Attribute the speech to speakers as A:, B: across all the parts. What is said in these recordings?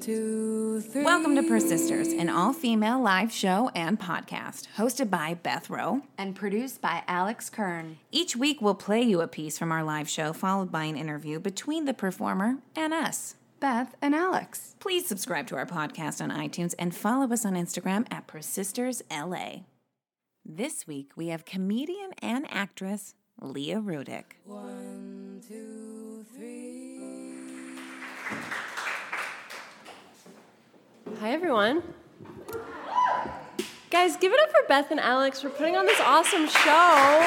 A: two, three.
B: Welcome to Persisters, an all female live show and podcast hosted by Beth Rowe.
A: and produced by Alex Kern.
B: Each week, we'll play you a piece from our live show, followed by an interview between the performer and us.
A: Beth and Alex.
B: Please subscribe to our podcast on iTunes and follow us on Instagram at Persisters LA. This week, we have comedian and actress Leah Rudick.
A: One, two, three.
C: Hi, everyone. Guys, give it up for Beth and Alex for putting on this awesome show.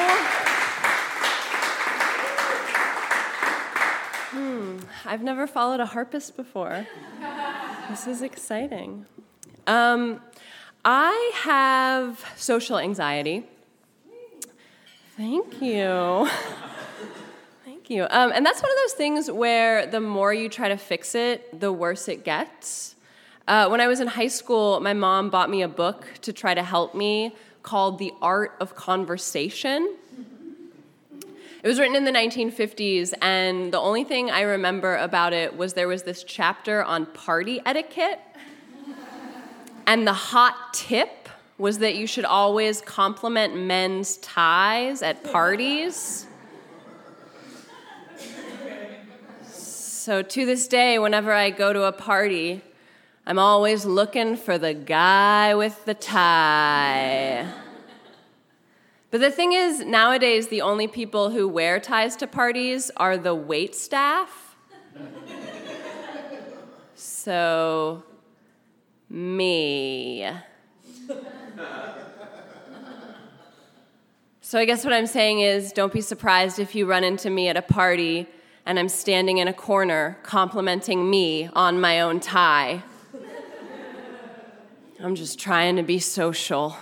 C: Hmm, I've never followed a harpist before. This is exciting. Um, I have social anxiety. Thank you. Thank you. Um, and that's one of those things where the more you try to fix it, the worse it gets. Uh, when I was in high school, my mom bought me a book to try to help me called The Art of Conversation. It was written in the 1950s, and the only thing I remember about it was there was this chapter on party etiquette. And the hot tip was that you should always compliment men's ties at parties. So to this day, whenever I go to a party, I'm always looking for the guy with the tie. But the thing is, nowadays, the only people who wear ties to parties are the wait staff. So, me. So, I guess what I'm saying is don't be surprised if you run into me at a party and I'm standing in a corner complimenting me on my own tie. I'm just trying to be social.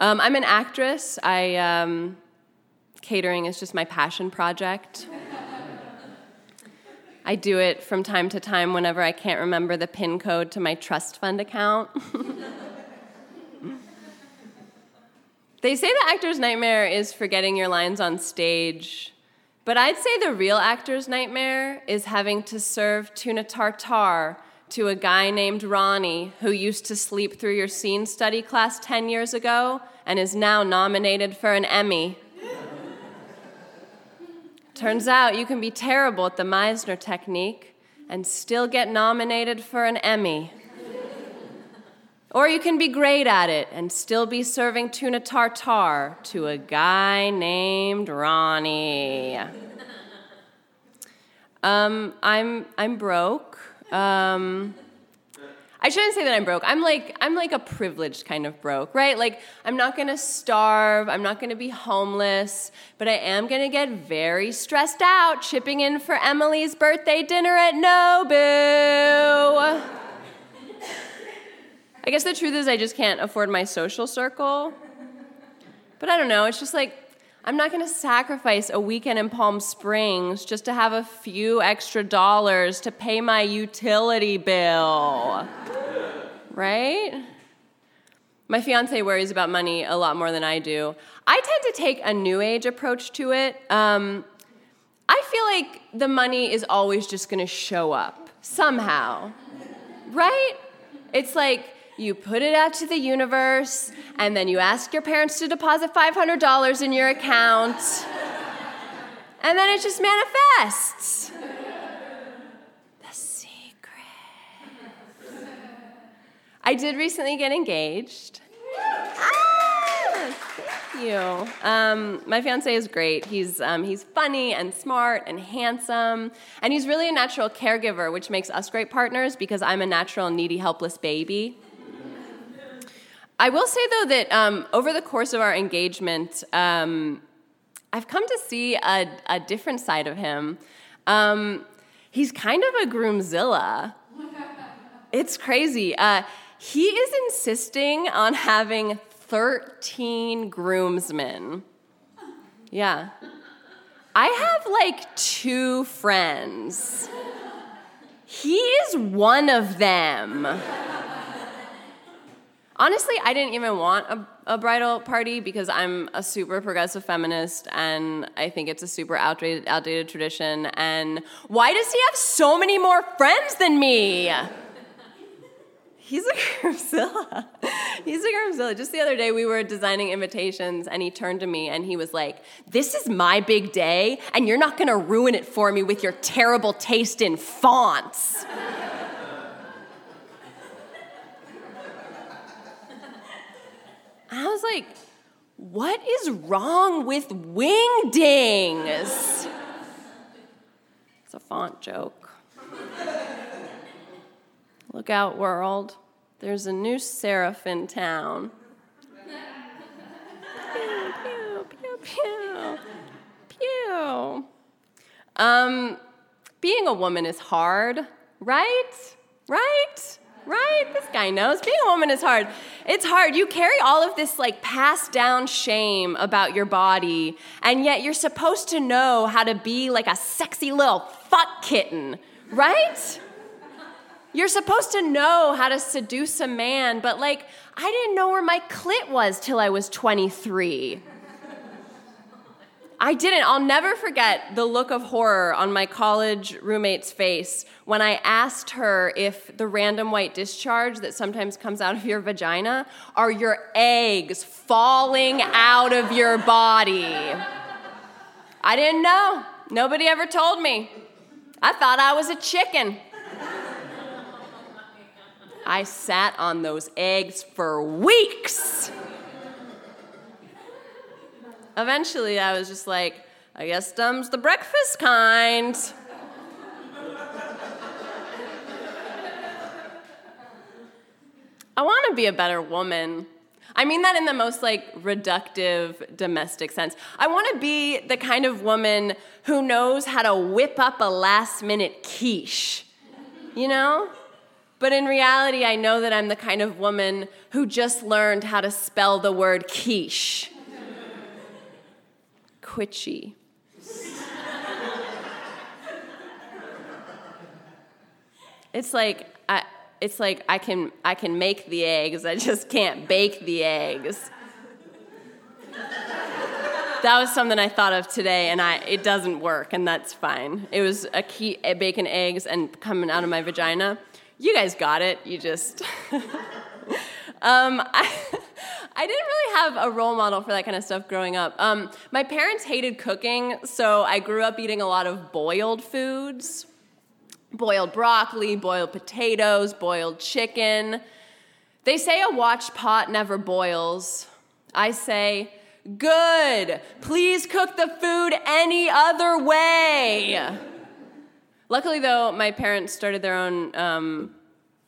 C: Um, I'm an actress. I um, catering is just my passion project. I do it from time to time whenever I can't remember the pin code to my trust fund account. they say the actor's nightmare is forgetting your lines on stage, but I'd say the real actor's nightmare is having to serve tuna tartare to a guy named Ronnie who used to sleep through your scene study class 10 years ago and is now nominated for an Emmy. Turns out you can be terrible at the Meisner technique and still get nominated for an Emmy. Or you can be great at it and still be serving tuna tartare to a guy named Ronnie. Um, I'm I'm broke. Um, I shouldn't say that I'm broke. I'm like I'm like a privileged kind of broke, right? Like I'm not gonna starve. I'm not gonna be homeless, but I am gonna get very stressed out chipping in for Emily's birthday dinner at Nobu. I guess the truth is I just can't afford my social circle. But I don't know, it's just like I'm not going to sacrifice a weekend in Palm Springs just to have a few extra dollars to pay my utility bill. right? My fiance worries about money a lot more than I do. I tend to take a new age approach to it. Um, I feel like the money is always just going to show up somehow right? It's like you put it out to the universe and then you ask your parents to deposit $500 in your account. And then it just manifests. The secret. I did recently get engaged. Ah, thank you. Um, my fiance is great. He's um, he's funny and smart and handsome, and he's really a natural caregiver, which makes us great partners because I'm a natural needy, helpless baby. I will say though that um, over the course of our engagement, um, I've come to see a, a different side of him. Um, he's kind of a groomzilla. It's crazy. Uh, he is insisting on having 13 groomsmen. Yeah. I have like two friends. He is one of them. Honestly, I didn't even want a, a bridal party because I'm a super progressive feminist and I think it's a super outdated, outdated tradition. And why does he have so many more friends than me? He's a Grimzilla. He's a Grimzilla. Just the other day, we were designing invitations, and he turned to me and he was like, This is my big day, and you're not gonna ruin it for me with your terrible taste in fonts. I was like, What is wrong with wingdings? It's a font joke. Look out, world. There's a new seraph in town. pew, pew, pew, pew. Pew. Um, being a woman is hard, right? Right? Right? This guy knows. Being a woman is hard. It's hard. You carry all of this like passed down shame about your body, and yet you're supposed to know how to be like a sexy little fuck kitten, right? You're supposed to know how to seduce a man, but like, I didn't know where my clit was till I was 23. I didn't. I'll never forget the look of horror on my college roommate's face when I asked her if the random white discharge that sometimes comes out of your vagina are your eggs falling out of your body. I didn't know. Nobody ever told me. I thought I was a chicken. I sat on those eggs for weeks. Eventually, I was just like, I guess Dumb's the breakfast kind. I want to be a better woman. I mean that in the most like reductive domestic sense. I want to be the kind of woman who knows how to whip up a last minute quiche. You know? But in reality, I know that I'm the kind of woman who just learned how to spell the word quiche. Quitchy. it's like I it's like I can I can make the eggs, I just can't bake the eggs. That was something I thought of today, and I it doesn't work, and that's fine. It was a key a bacon eggs and coming out of my vagina. You guys got it. You just um, I, I didn't really have a role model for that kind of stuff growing up. Um, my parents hated cooking, so I grew up eating a lot of boiled foods boiled broccoli, boiled potatoes, boiled chicken. They say a watched pot never boils. I say, good, please cook the food any other way. Luckily, though, my parents started their own um,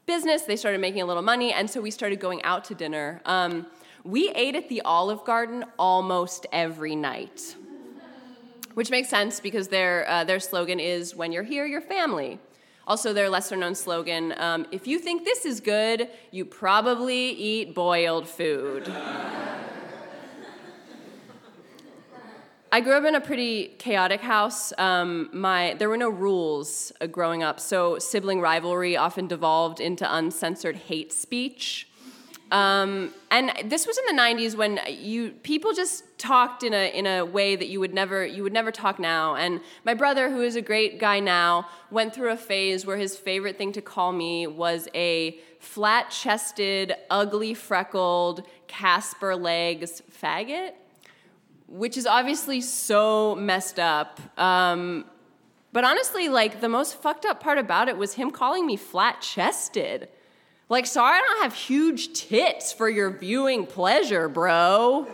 C: business. They started making a little money, and so we started going out to dinner. Um, we ate at the Olive Garden almost every night, which makes sense because their uh, their slogan is "When you're here, you're family." Also, their lesser known slogan: um, "If you think this is good, you probably eat boiled food." I grew up in a pretty chaotic house. Um, my there were no rules uh, growing up, so sibling rivalry often devolved into uncensored hate speech. Um, and this was in the '90s when you people just talked in a in a way that you would never you would never talk now. And my brother, who is a great guy now, went through a phase where his favorite thing to call me was a flat-chested, ugly, freckled, Casper legs faggot which is obviously so messed up. Um, but honestly, like the most fucked up part about it was him calling me flat chested. Like, sorry, I don't have huge tits for your viewing pleasure, bro.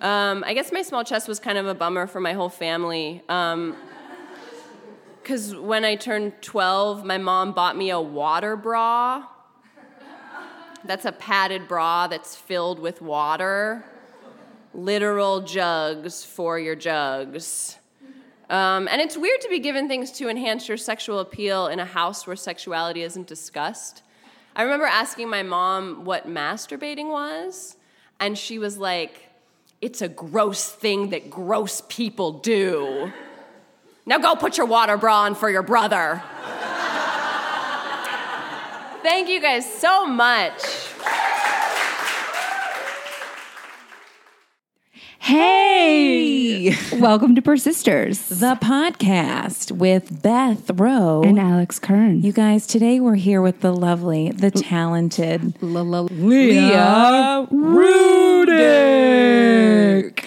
C: um, I guess my small chest was kind of a bummer for my whole family. Um, because when I turned 12, my mom bought me a water bra. That's a padded bra that's filled with water literal jugs for your jugs. Um, and it's weird to be given things to enhance your sexual appeal in a house where sexuality isn't discussed. I remember asking my mom what masturbating was, and she was like, It's a gross thing that gross people do. Now go put your water bra on for your brother.
D: Thank you guys so much.
B: Hey!
A: Welcome to Persisters
B: The podcast with Beth Rowe.
A: and Alex Kern.
B: you guys, today we're here with the lovely, the talented Rudick.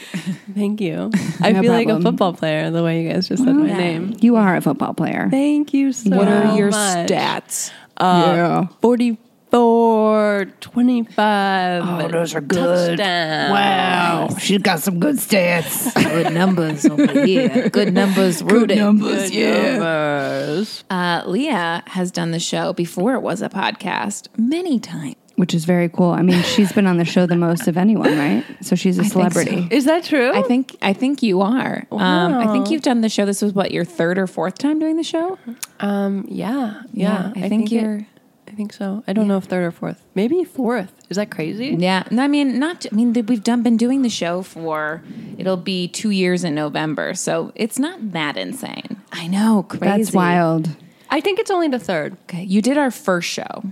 D: Thank you. I
A: No
D: feel like a
A: problem.
D: football player the way you guys just said my name.
A: You are a football player.
D: Thank you so much.
B: What are your stats?
D: Uh,
A: Yeah.
D: 44, 25. Oh, those are good.
C: Wow, she's got some good stats.
B: Good numbers over here. Good numbers, Rudick.
C: Numbers, yeah.
B: Uh, Leah has done the show before it was a podcast many times.
A: Which is very cool. I mean, she's been on the show the most of anyone, right? So she's a
B: think so.
A: celebrity.
D: Is that true?
B: I think I think you are. Um, I think you've done the show. This was what your third or fourth time doing the show.
D: um, yeah, yeah.
B: I think
D: it-
B: you're-
D: I think so. I don't know if third or fourth. Maybe fourth. Is that crazy?
B: Yeah, no, I mean not. I mean that we've done been doing the show for it'll be two years in November, so it's not that insane. I know, crazy.
A: That's wild.
D: I think it's only the third.
B: Okay, you did our first show,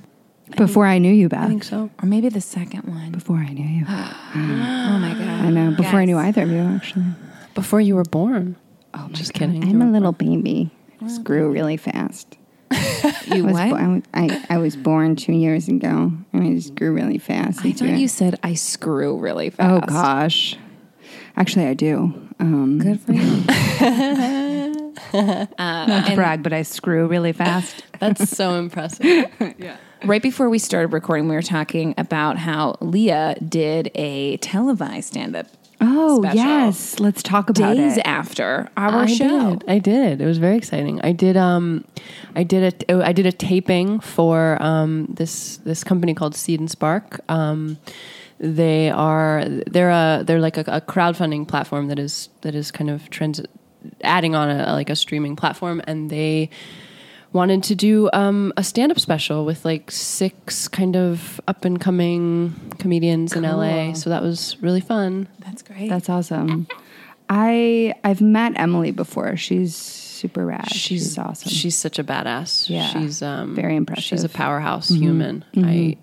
A: Before I knew you, Beth.
D: I think so.
B: or maybe the second one.
A: Before I knew you.
B: Oh my god!
A: I know. Before I knew
B: Guys.
A: either of you, actually.
D: Before you were born.
A: Oh, my
D: Just
A: God.
D: kidding.
A: I'm a little baby. I just grew really fast.
B: You
A: I was,
B: what?
A: bo- I, was, I, I was born two years ago, and I just grew really fast.
B: I
A: into
B: thought
A: it.
B: you said I screw really
A: Oh
B: fast.
A: gosh. Actually, I do. Um,
B: good for you. Uh,
A: not to brag, but I screw really fast.
D: That's so impressive.
B: Right before we started recording, we were talking about how Leah did a televised stand-up
A: Oh
B: Special.
A: yes, let's talk about
B: days
A: it.
B: after our
D: I
B: show.
D: did. I did. It was very exciting. I did. Um, I did a. oh, I did a taping for um this this company called Seed and Spark. Um, they are they're a they're like a, a crowdfunding platform that is that is kind of trans adding on a like a streaming platform, and they wanted to do um, a stand up special with like six kind of up and coming comedians in LA. So that was really fun.
B: That's great.
A: That's awesome. I I've met Emily before. She's super rad. She's, awesome.
D: She's such a badass.
A: Yeah.
D: she's um,
A: Very impressive. Mm-hmm.
D: She's a powerhouse human. I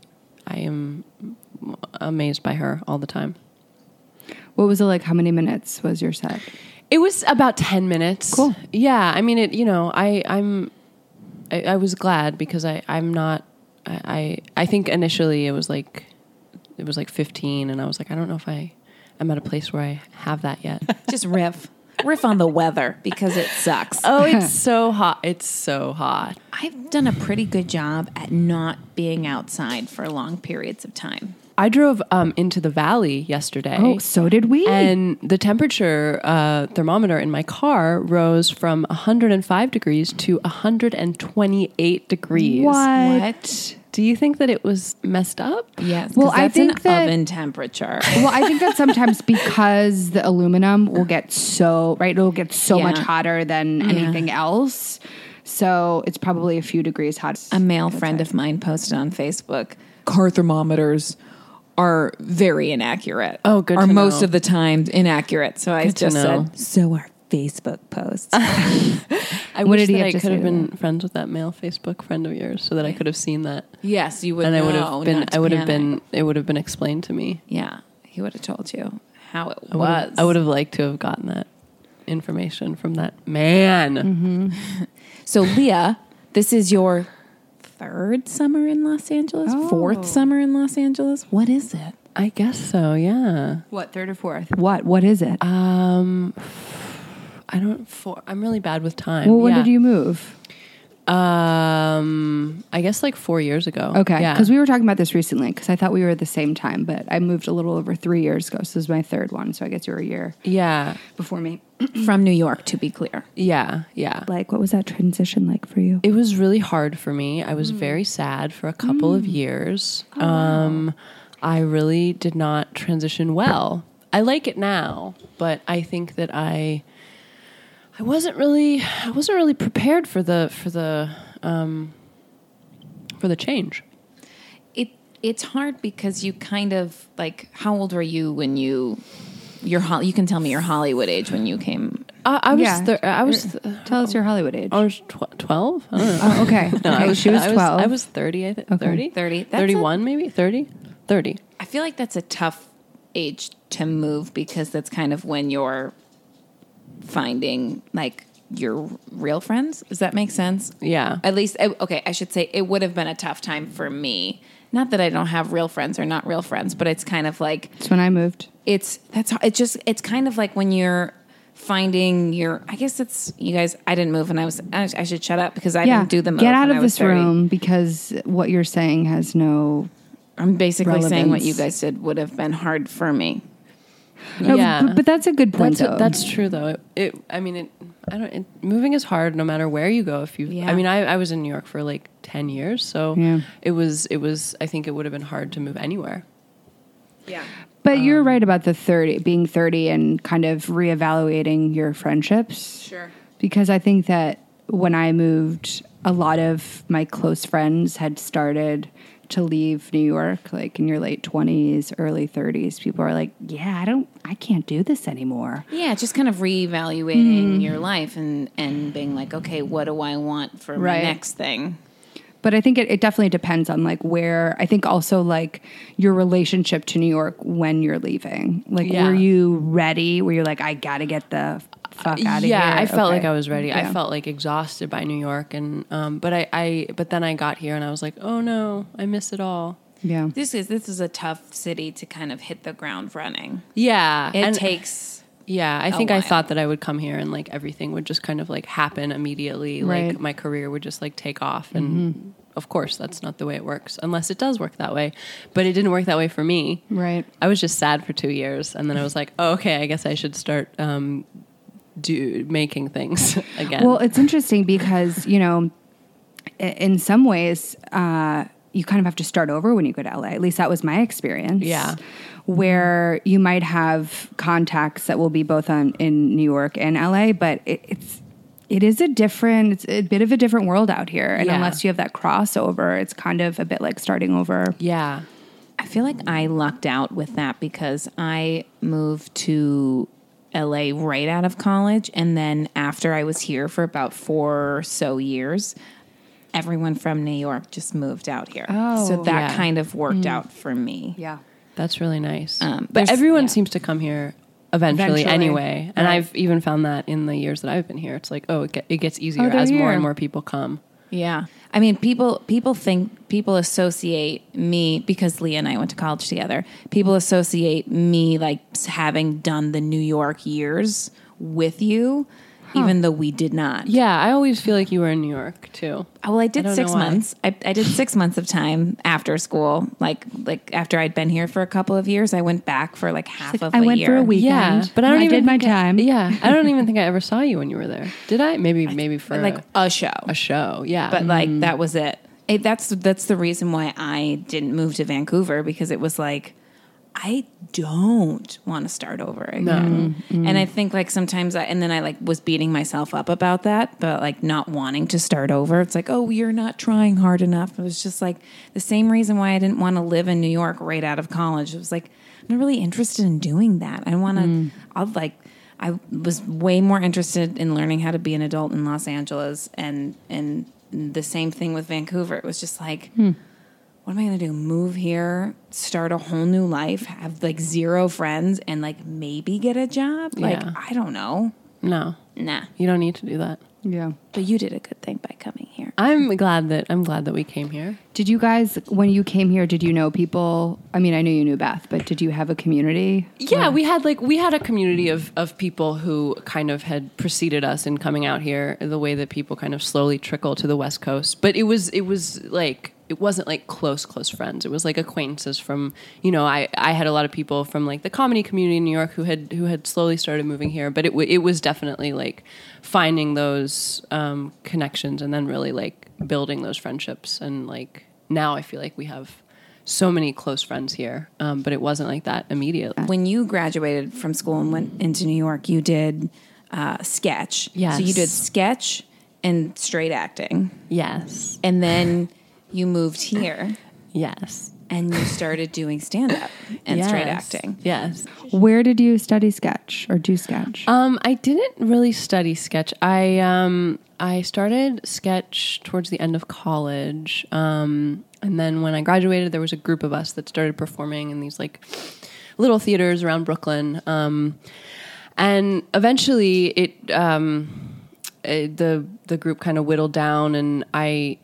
D: I am amazed by her all the time.
A: what was it like? How many minutes was your set?
D: It was about ten minutes.
A: Cool.
D: Yeah, I mean, it. You know, I I'm I, I was glad because I I'm not I, I I think initially it was like it was like fifteen, and I was like I don't know if I I'm at a place where I have that yet.
B: Just riff. riff on the weather because it sucks.
D: oh, it's so hot! It's so hot.
B: I've done a pretty good job at not being outside for long periods of time.
D: I drove um, into the valley yesterday.
A: Oh, so did we.
D: And the temperature uh, thermometer in my car rose from 105 degrees to 128 degrees.
A: what?
D: Do you think that it was messed up?
B: Yes.
A: Well,
B: Well,
A: I
B: I
A: think
B: an
A: that-
B: oven temperature.
A: Well, I think that sometimes because the aluminum will get so right, it'll get so
B: Yeah.
A: much hotter than anything else. So it's probably a few degrees hot.
B: A male friend of mine posted on Facebook car thermometers are very inaccurate.
D: Oh, good
B: Are
D: to
B: most
D: know.
B: of the time inaccurate. So I
D: Good to
B: just
D: know.
B: said, so are Facebook posts.
D: I
A: What
D: wish
A: did he
D: that
A: have
D: I
A: to
D: could
A: say
D: have
A: to
D: been friends with that male Facebook friend of yours so that I could have seen that.
B: yes, you would
D: And I would
B: know
D: have been
B: not to
D: I would have
B: panic.
D: been it would have been explained to me.
B: Yeah, he would have told you how it
D: I would
B: was.
D: have- I would have liked to have gotten that information from that man.
A: Mm-hmm.
B: So, Leah, this is your third summer in Los Angeles,
A: Oh.
B: fourth summer in Los Angeles. What is it?
D: I guess so, yeah.
A: What third or fourth? What? What is it?
D: Um I don't for I'm really bad with time.
A: well, when
D: Yeah.
A: did you move?
D: Um, I guess like four years ago.
A: Okay,
D: yeah.
A: because we were talking about this recently. Because I thought we were at the same time, but I moved a little over three years ago. So this is my third one. So I guess you were a year
D: yeah,
A: before me.
B: From New York, to be clear.
D: yeah, yeah.
A: Like, what was that transition like for you?
D: It was really hard for me. I
A: Mm.
D: was very sad for a couple of years.
A: Oh,
D: um, I really did not transition well. I like it now, but I think that I, I wasn't really, I wasn't really prepared for the for the um, for the change.
B: It it's hard because you kind of like. How old were you when you? Your Hol- you can tell me your Hollywood age when you came
D: I, I was
A: Yeah. Er.
D: thir- I was
A: Tell us your Hollywood age.
D: I was tw- twelve. I don't know.
A: Oh, okay. okay.
D: Oh, I was,
A: she was
D: I
A: 12.
D: I was thirty. I think 30?
B: 30. That's a-
D: 31 maybe 30, 30.
B: I feel like that's a tough age to move because that's kind of when you're finding like your real friends. Does that make sense?
D: Yeah.
B: At least, I- okay, I should say it would have been a tough time for me. Not that I don't have real friends or not real friends, but it's kind of like
A: That's when I moved.
B: it's that's it's just it's kind of like when you're finding your I guess it's you guys I didn't move and I was I I should shut up because I
A: yeah.
B: didn't do the move
A: Get out
B: when I
A: of
B: was
A: this
B: 30.
A: room because what you're saying has no.
B: I'm basically saying what
A: Relevance.
B: you guys did would have been hard for me.
A: no,
D: Yeah.
A: But, but that's a good point,
D: That's
A: though.
D: that's true though. It, it I mean it I don't it, moving is hard no matter where you go if you
B: Yeah.
D: I mean I, I was in New York for like 10 years so
A: Yeah.
D: it was it was I think it would have been hard to move anywhere.
A: But you're
D: Um,
A: right about the 30, being 30 and kind of reevaluating your friendships. Sure. Because I think that when I moved, a lot of my close friends had started to leave New York, like in your late 20s, early 30s. People are like, yeah, I don't, I can't do this anymore.
B: Yeah, just kind of reevaluating your life and and being like, okay, what do I want for my
A: Right.
B: next thing?
A: but I think it, it definitely depends on like where. I think also like your relationship to New York when you're leaving. Like,
D: Yeah.
A: were you ready? Were you like, I gotta get the fuck out of here?
D: yeah, I felt
A: Okay.
D: like I was ready.
A: Yeah.
D: I felt like exhausted by New York, and um, but I, I, but then I got here and I was like, oh no, I miss it all.
A: Yeah,
B: This is this is a tough city to kind of hit the ground running.
D: Yeah,
B: It
D: and-
B: takes
D: Yeah, I think I
B: while.
D: thought that I would come here and like everything would just kind of like happen immediately.
A: Right.
D: Like my career would just like take off, and of course that's not the way it works, unless it does work that way. But it didn't work that way for me.
A: right.
D: I was just sad for two years, and then I was like, oh, okay, I guess I should start um, do making things again.
A: Well, it's interesting because you know, i- in some ways, uh, you kind of have to start over when you go to LA. At least that was my experience.
D: Yeah.
A: where you might have contacts that will be both on in New York and LA, but it, it's it is a different, it's a bit of a different world out here, and
D: Yeah.
A: unless you have that crossover, it's kind of a bit like starting over.
D: yeah,
B: I feel like I lucked out with that because I moved to LA right out of college. And then after I was here for about four or so years, everyone from New York just moved out here. so
A: Oh.
B: that
D: Yeah.
B: kind of worked out for me.
A: Yeah,
D: That's really nice.
B: Um,
D: but
B: there's-
D: everyone
B: yeah.
D: seems to come here eventually,
A: Eventually.
D: anyway. And I've even found that in the years that I've been here, it's like, oh, it, get, it gets easier
A: they're
D: as more
A: here.
D: and more people come.
B: Yeah. I mean, people people think people associate me because Leah and I went to college together. People associate me like s- having done the New York years with you, even though we did not.
D: Yeah, I always feel like you were in New York too.
B: Oh, Well, I did
D: don't
B: six
D: know why.
B: months. I, I did six months of time after school, like like after I'd been here for a couple of years. I went back for like half of
A: I
B: a
A: went
B: year.
A: for a weekend,
D: but I don't even
A: did my
D: think I-
A: time.
D: Yeah, I don't even think I ever saw you when you were there. Did I? Maybe, maybe for
B: like
D: like
B: a show,
D: a show. Yeah,
B: but like that was it. it. That's that's the reason why I didn't move to Vancouver because it was like I don't want to start over again. And I think like sometimes I and then I like was beating myself up about that, but like not wanting to start over. It's like, oh, you're not trying hard enough. It was just like the same reason why I didn't want to live in New York right out of college. It was like I'm not really interested in doing that. I want to. I'll like. I was way more interested in learning how to be an adult in Los Angeles, and and the same thing with Vancouver. It was just like
D: Hmm.
B: what am I going to do? Move here, start a whole new life, have like zero friends, and like maybe get a job? Like,
D: Yeah.
B: I don't know.
D: no,
B: Nah.
D: you don't need to do that.
A: yeah.
B: But you did a good thing by coming here.
D: I'm glad that I'm glad that we came here.
A: Did you guys, when you came here, did you know people? I mean, I knew you knew Beth, but did you have a community?
D: yeah we had like we had a community of of people who kind of had preceded us in coming out here the way that people kind of slowly trickle to the west coast but it was it was like it wasn't like close close friends it was like acquaintances from you know i i had a lot of people from like the comedy community in new york who had who had slowly started moving here but it, w- it was definitely like finding those um connections and then really like building those friendships and like now i feel like we have so many close friends here um, but it wasn't like that immediately
B: When you graduated from school and went into New York, you did uh, sketch. So you
D: Yes.
B: did sketch and straight acting.
D: Yes.
B: And then you moved here.
D: Yes.
B: and you started doing stand up and straight
D: Yes.
B: acting.
D: Yes.
A: Where did you study sketch or do sketch?
D: Um, I didn't really study sketch. I um, I started sketch towards the end of college, um, and then when I graduated, there was a group of us that started performing in these like little theaters around Brooklyn, um, and eventually it. Um, it, the the group kind of whittled down and I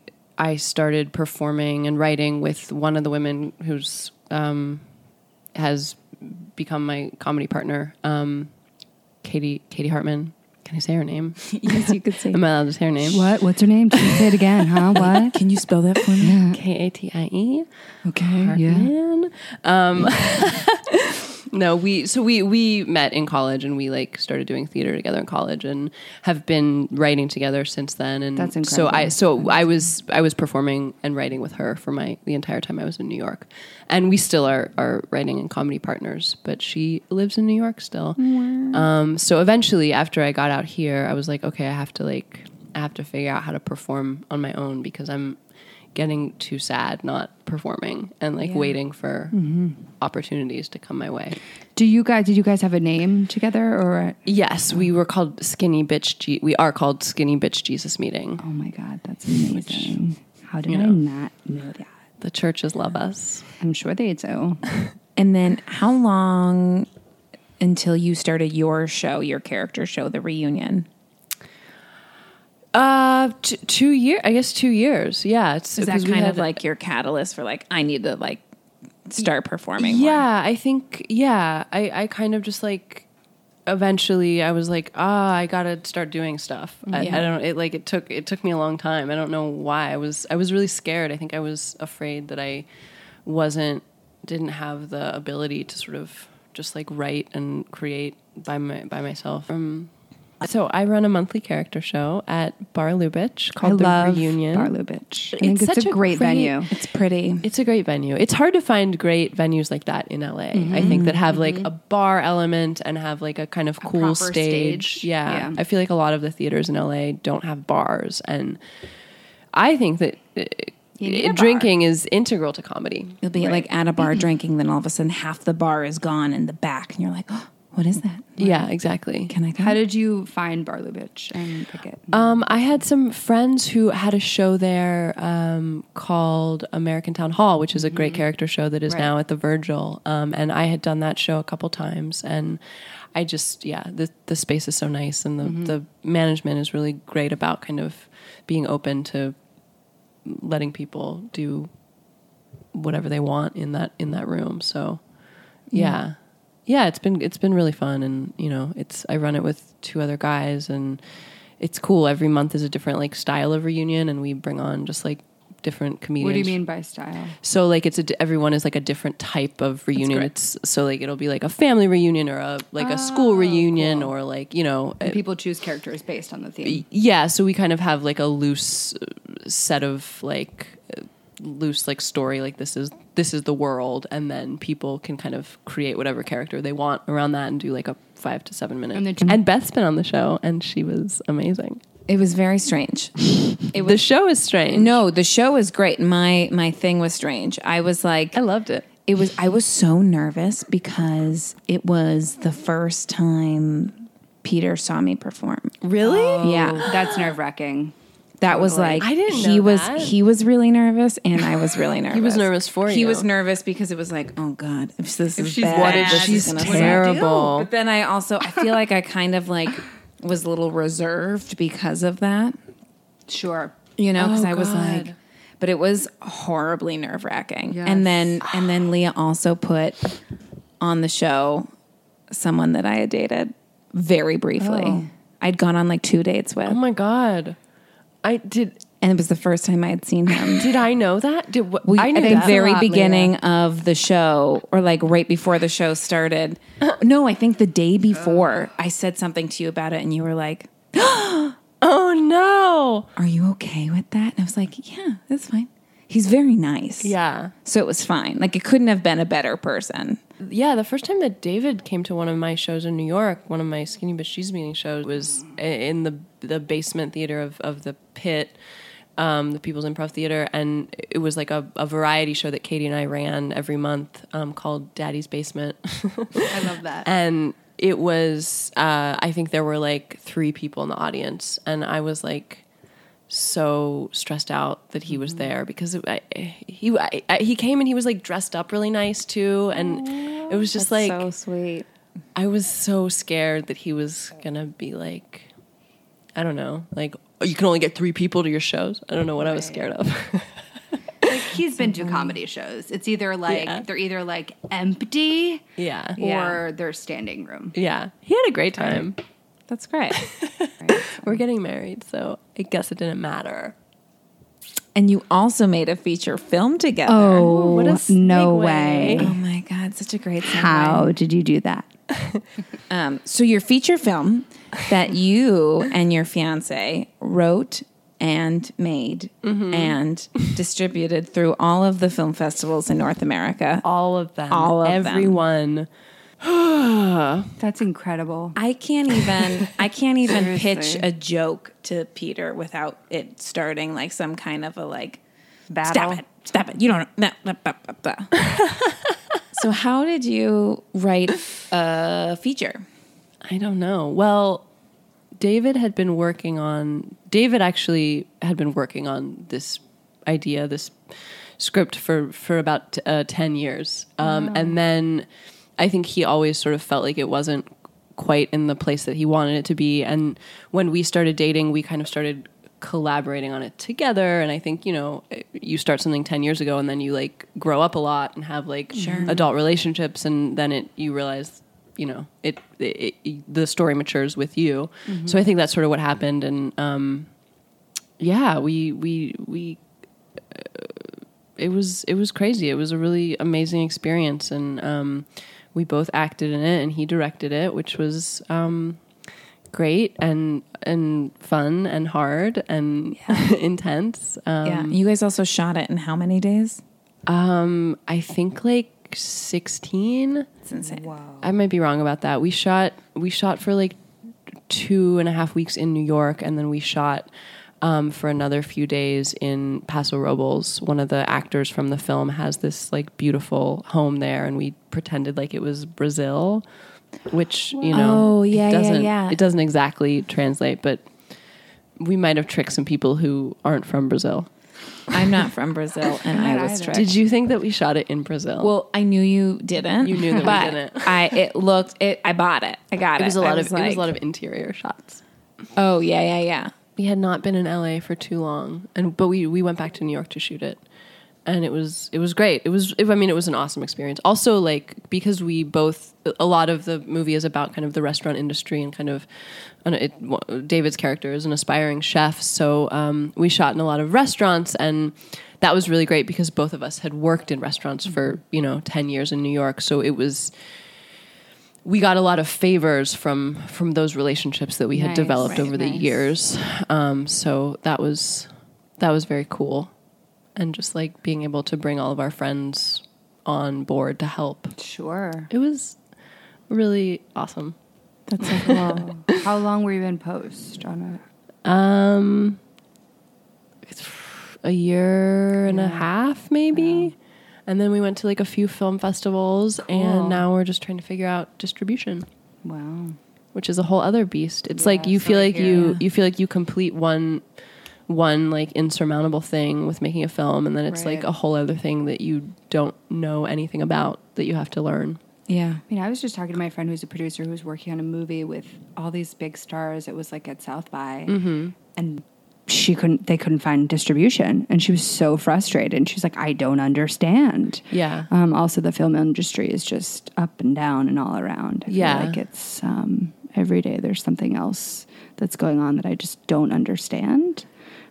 D: I started performing and writing with one of the women who's um, has become my comedy partner um, Katie Katie Hartman can I say her name
A: yes, you could say.
D: am I allowed to say her name
A: What? What's her name? She say it again, huh? What?
B: Can you spell that for me?
D: K A T I E
A: Okay. Yeah.
D: Hartman um, no we so we we met in college and we like started doing theater together in college and have been writing together since then and
A: That's
D: so I
A: incredible.
D: so I was I was performing and writing with her for my the entire time I was in New York, and we still are are writing and comedy partners. But she lives in New York still. Um, so eventually, after I got out here, I was like, okay, I have to like I have to figure out how to perform on my own because I'm getting too sad not performing and like waiting for
A: Mm-hmm.
D: opportunities to come my way.
A: Do you guys? Did you guys have a name together or?
D: Yes, we were called Skinny Bitch. Je- we are called Skinny Bitch Jesus Meeting.
A: Oh my God, that's amazing. How did I not know that?
D: The churches love us.
A: I'm sure they do.
B: And then how long until you started your show, your character show, The Reunion?
D: Uh, t- two year. I guess two years. Yeah, it's
B: Is that
D: 'cause we
B: kind of
D: had-
B: like your catalyst for like, I need to like start performing? more?
D: Yeah, I think. Yeah, I I kind of just like. Eventually, I was like, ah, I gotta start doing stuff. I,
B: Yeah.
D: I don't. It like it took it took me a long time. I don't know why. I was I was really scared. I think I was afraid that I wasn't didn't have the ability to sort of just like write and create by my by myself. Um, so I run a monthly character show at Bar Lubitsch
A: I
D: called
A: love
D: The Reunion.
A: Bar Lubitsch. I think it's, a great, venue.
B: It's pretty.
D: It's a great venue. It's hard to find great venues like that in LA. I think that have like a bar element and have like a kind of cool
A: Mm-hmm. proper
D: stage.
A: stage.
D: Yeah.
A: Yeah.
D: I feel like a lot of the theaters in LA don't have bars and I think that uh,
A: need a bar.
D: drinking is integral to comedy.
B: You'll be like at a bar drinking, then all of a sudden half the bar is gone in the back, and you're like, oh, what is that?
D: Yeah, exactly.
B: Can I come?
A: How did you find Bar Lubitsch and pick it?
D: Um, I had some friends who had a show there um, called American Town Hall, which is a great character show that is now at the Virgil. Um, and I had done that show a couple times, and I just yeah, the the space is so nice, and the the management is really great about kind of being open to letting people do whatever they want in that in that room. So yeah. Yeah, it's been it's been really fun and you know, it's I run it with two other guys and it's cool. Every month is a different like style of reunion and we bring on just like different comedians.
A: What do you mean by style?
D: So like it's a di- everyone is like a different type of reunion.
B: great.
D: It's so like it'll be like a family reunion or a like a
A: Oh,
D: school reunion or like, you know, a-
A: People choose characters based on the theme.
D: yeah so we kind of have like a loose uh, set of like uh, loose like story like this is this is the world and then people can kind of create whatever character they want around that and do like a five to seven minute
A: And
D: and,
A: the-
D: beth's been on the show and she was amazing
B: It was very strange.
D: the show is strange
B: No, the show was great. My my thing was strange. I was like,
D: i loved it
B: it was. I was so nervous because it was the first time Peter saw me perform. Oh,
D: really
B: Yeah,
A: That's nerve wracking.
B: that was like
D: I didn't
B: He
D: know
B: was
D: that.
B: he was really nervous, and I was really nervous. he
D: was nervous for
B: He
D: you.
B: was nervous because it was like, oh god, if this is
D: she's
B: bad,
D: bad,
B: this is
D: she's
B: gonna suck.
D: terrible.
B: But then I also I feel like I kind of like was a little reserved because of that.
A: Sure.
B: you know, because
D: Oh,
B: I was
D: God.
B: like, but it was horribly nerve wracking.
A: Yes.
B: And then, and then Leah also put on the show someone that I had dated very briefly.
A: Oh.
B: I'd gone on like two dates with,
D: oh my god i did
B: and it was the first time I had seen him.
D: did i know that did what
B: We,
D: i knew
B: at the
D: that.
B: very
A: lot,
B: beginning of the show, or like right before the show started. no, I think the day before, I said something to you about it, and you were like,
D: oh no
B: "Are you okay with that?" And I was like, "Yeah, that's fine." He's very nice.
D: yeah
B: So it was fine. Like it couldn't have been a better person.
D: Yeah, the first time that David came to one of my shows in New York, one of my Skinny Bitch She's Meeting shows, was i- in the the basement theater of, of the pit um, the People's Improv Theater, and it was like a, a variety show that Katie and I ran every month um, called Daddy's Basement.
A: I love that.
D: and it was uh, i think there were like three people in the audience and i was like so stressed out that he was there because it, I, he I, I- he came and he was like dressed up really nice too and it was just like
E: so sweet.
D: i was so scared that he was gonna be like i don't know like "Oh, you can only get three people to your shows i don't know what i was scared of
A: He's been to comedy shows. It's either like
D: Yeah.
A: they're either like empty
D: yeah
B: Yeah.
A: or they're standing room.
D: yeah he had a great time
B: That's great.
D: we're getting married so i guess it didn't matter
B: and you also made a feature film together.
A: Oh,
D: what a
A: no
D: segue.
A: way.
B: Oh my God, such a great segue.
A: How did you do that?
B: Um, so your feature film that you and your fiance wrote and made
D: Mm-hmm.
B: and distributed through all of the film festivals in North America.
D: all of them
B: All of them.
D: everyone
A: That's incredible.
B: I can't even I can't even pitch a joke to Peter without it starting like some kind of a like stop it stop it you don't no, no, blah, blah, blah. So how did you write a feature?
D: I don't know. Well, David had been working on David actually had been working on this idea, this script for for about uh, ten years, um, and then I think he always sort of felt like it wasn't quite in the place that he wanted it to be. And when we started dating, we kind of started collaborating on it together. And I think you know you start something ten years ago, and then you like grow up a lot and have like adult relationships, and then it you realize you know it, it, it the story matures with you so i think that's sort of what happened and um yeah we we we uh, it was it was crazy it was a really amazing experience and um we both acted in it and he directed it which was um great and and fun and hard and intense um
B: yeah, you guys also shot it in how many days?
D: i think like 16
B: It's insane.
D: I might be wrong about that. We shot we shot for like two and a half weeks in New York, and then we shot um, for another few days in Paso Robles. One of the actors from the film has this like beautiful home there, and we pretended like it was Brazil, which you know,
B: Oh, yeah, yeah,
D: it doesn't,
B: yeah.
D: it doesn't exactly translate, but we might have tricked some people who aren't from Brazil.
B: I'm not from Brazil, and I was tricked.
D: Did you think that we shot it in Brazil?
B: Well, I knew you didn't.
D: You knew that we
B: but
D: didn't.
B: I it looked it. I bought it. I got it.
D: it was a lot
B: I
D: of it was
B: like,
D: a lot of interior shots.
B: Oh yeah, yeah, yeah.
D: we had not been in LA for too long, and but we we went back to New York to shoot it, and it was it was great. It was I mean it was an awesome experience. Also like because we both a lot of the movie is about kind of the restaurant industry and kind of and it, David's character is an aspiring chef, so um, we shot in a lot of restaurants and. That was really great because both of us had worked in restaurants for, you know, 10 years in New York. So it was, we got a lot of favors from from those relationships that we had developed over the years. Um, so that was that was very cool, and just like being able to bring all of our friends on board to help,
A: Sure.
D: it was really awesome.
A: That's so cool. How long were you in post on it?
D: Um, it's a year and a half maybe, and then we went to like a few film festivals, and now we're just trying to figure out distribution.
A: Wow.
D: which is a whole other beast. It's like you feel like you you feel like you complete one one like insurmountable thing with making a film and then it's like
A: Right.
D: a whole other thing that you don't know anything about that you have to learn.
B: Yeah.
A: I mean, I was just talking to my friend who's a producer who was working on a movie with all these big stars. It was like at South by,
D: Mm-hmm.
A: and she couldn't. They couldn't find distribution, and she was so frustrated. And she's like, "I don't understand."
D: Yeah.
A: Um, also, the film industry is just up and down and all around. I feel
D: Yeah.
A: like it's um, every day. There's something else that's going on that I just don't understand.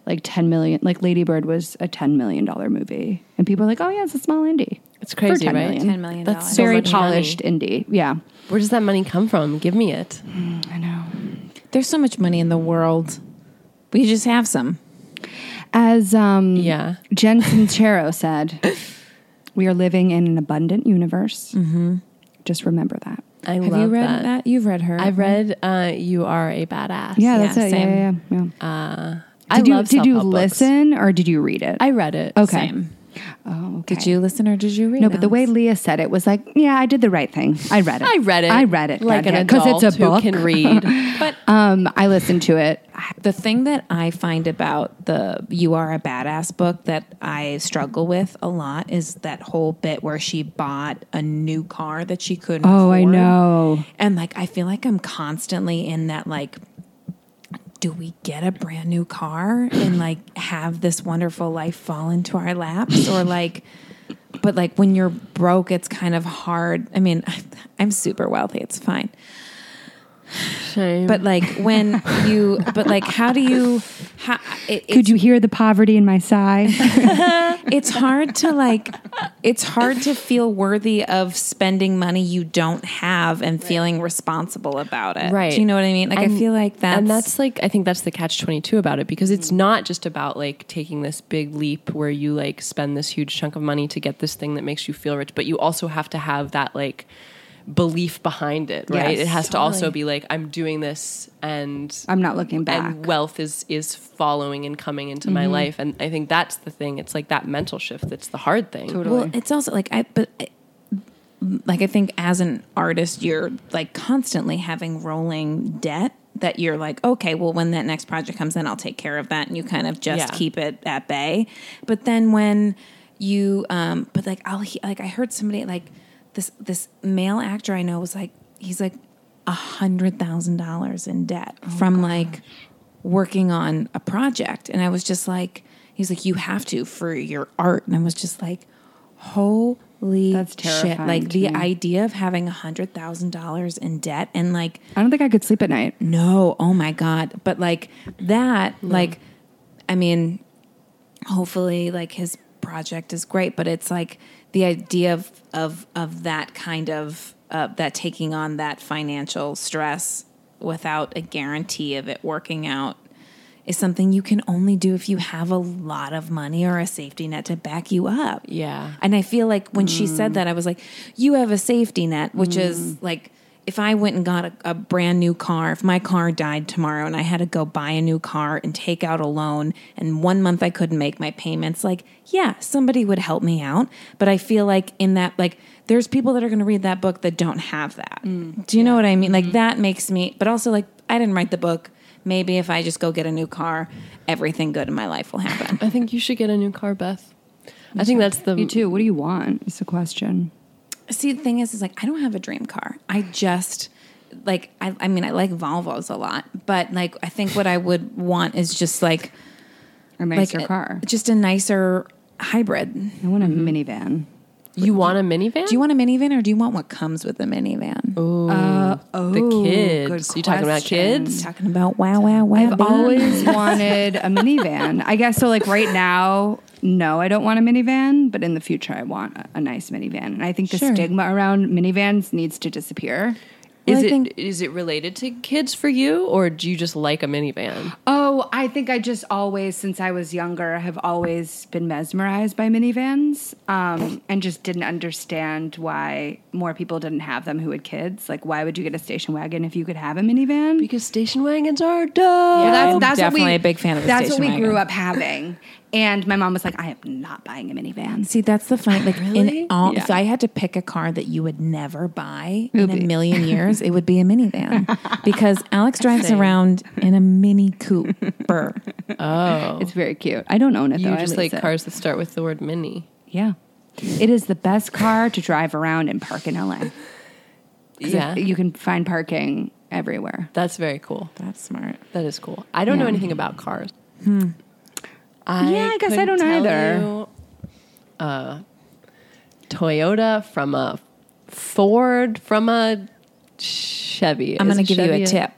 A: Like ten million, like Lady Bird was a ten million dollar movie, and people are like, "Oh yeah, it's a small indie."
D: It's
A: $10
D: crazy, right?
A: million.
B: $10 million.
D: That's so
A: very
D: much money.
A: polished indie. Yeah,
D: Where does that money come from? Give me it.
A: I know.
B: There's so much money in the world. We just have some.
A: As um,
D: Yeah.
A: Jen Sincero said, we are living in an abundant universe. Mm-hmm. Just remember that.
D: I
B: have
D: love
B: you read
D: that.
B: that. You've read her.
D: I've read uh, You Are a
A: Yeah,
D: Badass.
B: Yeah,
A: that's it. Yeah,
B: same.
D: Uh,
A: yeah, yeah. yeah. Did you
B: love
A: did you
B: self-help books.
A: listen or did you read it?
D: I read it.
A: okay.
B: Same.
A: Oh, okay.
B: Did you listen or did you read?
A: No, but the way
B: Alex?
A: Leah said it was like, yeah, I did the right thing. I read it.
D: I read it.
A: I read it.
D: like an
A: because
D: adult
A: it's a book.
D: who can read.
B: But
A: Um, I listened to it.
B: the thing that I find about the You Are a Badass book that I struggle with a lot is that whole bit where she bought a new car that she couldn't
A: Oh, I
B: afford.
A: know.
B: And like I feel like I'm constantly in that like do we get a brand new car and like have this wonderful life fall into our laps or like but like when you're broke it's kind of hard. I mean, I'm super wealthy, it's fine.
D: Shame.
B: But like when you, but like how do you? How, it,
A: Could you hear the poverty in my sigh?
B: it's hard to like, it's hard to feel worthy of spending money you don't have and feeling responsible about it.
D: Right.
B: Uh, Do you know what I mean? Like I
D: And-
B: feel like that's Mm-hmm.
D: and that's like I think that's the catch twenty two about it because it's not just about like taking this big leap where you like spend this huge chunk of money to get this thing that makes you feel rich, but you also have to have that like belief behind it, right?
A: Yes.
D: it has to also
B: Totally.
D: be like I'm doing this and
A: I'm not looking back.
D: and wealth is is following and coming into my
B: Mm-hmm.
D: life, and I think that's the thing. It's like that mental shift that's the hard thing.
B: Well, it's also like I but I- like I think as an artist you're like constantly having rolling debt that you're like okay well when that next project comes in I'll take care of that and you kind of just
D: Yeah.
B: keep it at bay. But then when you um but like I'll he- like I heard somebody like this this male actor I know was like he's like a hundred thousand dollars in debt from like working on a project and I was just like he's like you have to for your art and I was just like holy
A: That's
B: shit
A: terrifying
B: like
A: to
B: the
A: me.
B: idea of having a hundred thousand dollars in debt and like
A: I don't think I could sleep at night.
B: no oh my god but like that like I mean hopefully like his project is great but it's like the idea of of of that kind of uh, that taking on that financial stress without a guarantee of it working out is something you can only do if you have a lot of money or a safety net to back you up
D: Yeah.
B: and i feel like when she said that i was like you have a safety net which is like if I went and got a, a brand new car, if my car died tomorrow and I had to go buy a new car and take out a loan, and one month I couldn't make my payments, like, yeah, somebody would help me out. But I feel like in that, like, there's people that are going to read that book that don't have that. Do you know what I mean? Like, that makes me, but also, like, I didn't write the book. Maybe if I just go get a new car, everything good in my life will happen.
D: I think you should get a new car, Beth. I think that's the
A: You too. What do you want? It's a question.
B: See, the thing is, is like I don't have a dream car. I just like I, I mean, I like Volvos a lot, but like I think what I would want is just like
A: A
B: like
A: nicer
B: a-
A: car. Mm-hmm.
B: just a nicer hybrid.
A: eh, I want a minivan.
D: you want a minivan.
B: Do you want a minivan or do you want what comes with a minivan?
D: the
A: Oh,
D: kids?
A: good
D: You talking about
A: question.
D: kids?
B: Talking about wow, wow, wow.
A: I've always wanted a minivan. I guess so. Like right now, no, I don't want a minivan, but in the future, I want a, a nice minivan. And I think the
B: Sure.
A: stigma around minivans needs to disappear.
B: Well,
D: is
B: I
D: it
B: think-
D: is it related to kids for you, or do you just like a minivan?
A: Oh, I think I just always, since I was younger, have always been mesmerized by minivans um, and just didn't understand why more people didn't have them who had kids. Like, why would you get a station wagon if you could have a minivan?
D: Because station wagons are dope.
B: Yeah,
A: Well,
B: I'm
A: that's, that's what
B: definitely
A: we,
B: a big fan of the
A: That's what
B: station
A: we grew
B: wagon.
A: up having. And my mom was like, I am not buying a minivan.
B: See, that's the fun. Like, in all, if
D: Yeah.
B: I had to pick a car that you would never buy in a million years, it would be a minivan because Alex drives around in a Mini Cooper.
A: It's very cute. I don't own it
D: Oh. You
A: though. I
D: just
A: lease
D: like
A: it.
D: cars that start with the word mini.
A: Yeah. It is the best car to drive around and park in LA. 'Cause if-
D: Yeah,
A: You can find parking everywhere.
D: that's very cool.
B: That's smart.
D: That is cool. I don't know anything about cars. I
A: Yeah, I guess I don't
D: couldn't tell
A: either.
D: you, uh, Toyota from a Ford from a Chevy.
B: I'm
D: Is
B: going to
D: a
B: give you
D: Chevy
B: a tip.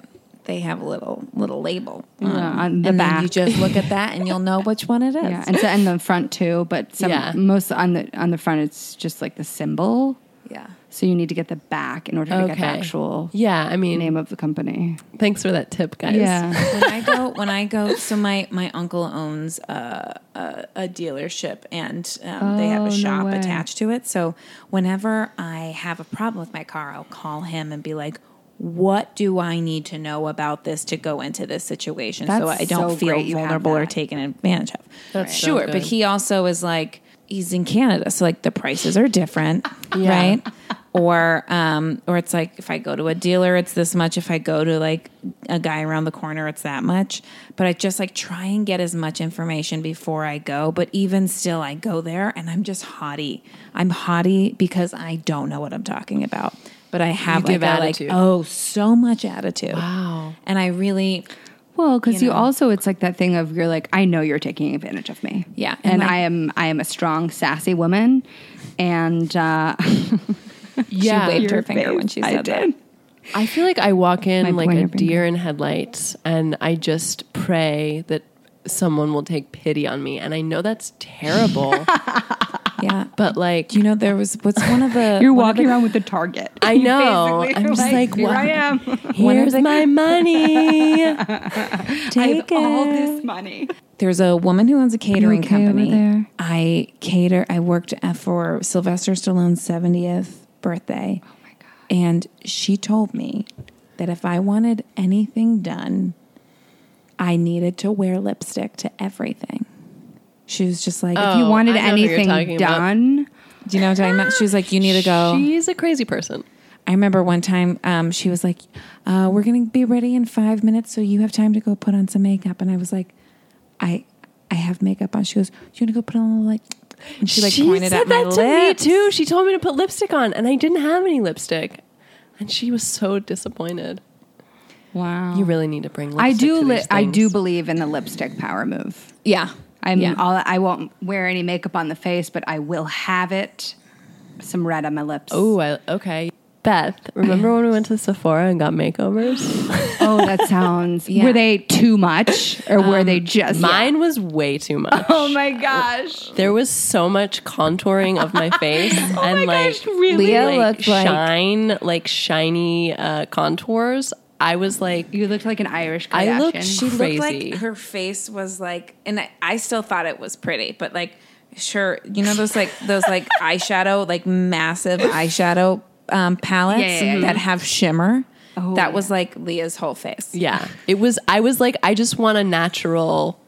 B: They have a little little label on,
A: on the
B: and
A: back.
B: Then you just look at that, and you'll know which one it is.
A: Yeah. And so and the front too, but some
D: Yeah.
A: most on the on the front it's just like the symbol.
B: Yeah.
A: So you need to get the back in order to get the actual
D: Yeah, I mean,
A: name of the company.
D: thanks for that tip, guys.
B: when I go, when I go, so my my uncle owns a a, a dealership and um, they have
A: Oh, no
B: a shop
A: way.
B: attached to it. So whenever I have a problem with my car, I'll call him and be like, what do I need to know about this to go into this situation so
A: That's
B: I don't
A: so
B: feel
A: great you have
B: vulnerable or
A: that.
B: taken advantage of?
D: That's so
B: sure,
D: good.
B: but he also is like he's in Canada, so like the prices are different, right? Or um, or it's like if I go to a dealer, it's this much. If I go to like a guy around the corner, it's that much. But I just like try and get as much information before I go. But even still, I go there and I'm just haughty. I'm haughty because I don't know what I'm talking about. But I have
D: give
B: like, that,
D: attitude.
B: like oh so much attitude. Wow. And I really
A: Well, because you,
B: know?
A: also it's like that thing of you're like I know you're taking advantage of me.
B: Yeah, and
A: and,
B: like-
A: I am I am a strong, sassy woman, and uh,
D: yeah,
B: she waved her
A: your
B: finger when
A: face,
B: she
A: I
B: said that.
A: did.
D: I feel like I walk in
A: My
D: like a
A: pointer finger.
D: deer in headlights and I just pray that someone will take pity on me. And I know that's terrible,
B: Yeah.
D: but like,
B: Do you know there was what's one of the
A: you're
B: one of
A: walking around with a target.
D: I know.
A: Basically,
D: Oh, I'm just like,
A: here
D: what?
A: I am.
B: One of
D: Here's
B: the-
D: my money.
B: the-
A: I have
B: Take
A: all
B: it.
A: this money.
B: There's a woman who owns a catering
A: okay over
B: company.
A: there?
B: I cater. I worked at- for Sylvester Stallone's 70th birthday. Oh my god! And she told me that if I wanted anything done, I needed to wear lipstick to everything. She was just like,
A: if you
D: Oh,
A: wanted
D: I know who you're
A: anything
D: talking about.
A: done,
B: "Do you know what I'm talking about?" She was like, "You need to go."
D: She's a crazy person.
B: I remember one time um, she was like, uh, "We're gonna be ready in five minutes, so you have time to go put on some makeup." And I was like, "I, I have makeup on." She goes, "You wanna go put on like?" And she like pointed
D: said
B: at my
D: that
B: lips.
D: to me too. She told me to put lipstick on, and I didn't have any lipstick, and she was so disappointed.
A: wow.
D: You really need to bring. lipstick
A: I do.
D: To
A: Li-
D: these
A: I do
D: things.
A: believe in the lipstick power move.
B: Yeah,
A: I'm.
B: Yeah.
A: I'll, I won't wear any makeup on the face, but I will have it. Some red on my lips.
D: Oh, I, okay. Beth, remember when we went to Sephora and got makeovers?
A: Oh, that sounds. Were they too much, or were they just
D: Mine was way too much.
A: Oh my gosh!
D: There was so much contouring of my face and like
A: Oh really?
D: Leah
A: Leah
D: like,
A: looked like-
D: shine like, shiny uh, contours. I was like,
A: You looked like an Irish
D: I
A: Kardashian.
D: looked
B: she looked
D: Crazy.
B: like her face was like, and I, I still thought it was pretty, but like, sure, you know those like those like eyeshadow, like massive eyeshadow um, palettes
A: Yeah, yeah, yeah.
B: that have shimmer.
A: Oh,
B: that
A: yeah.
B: was like Leah's whole face.
D: yeah, it was. I was like, I just want a natural.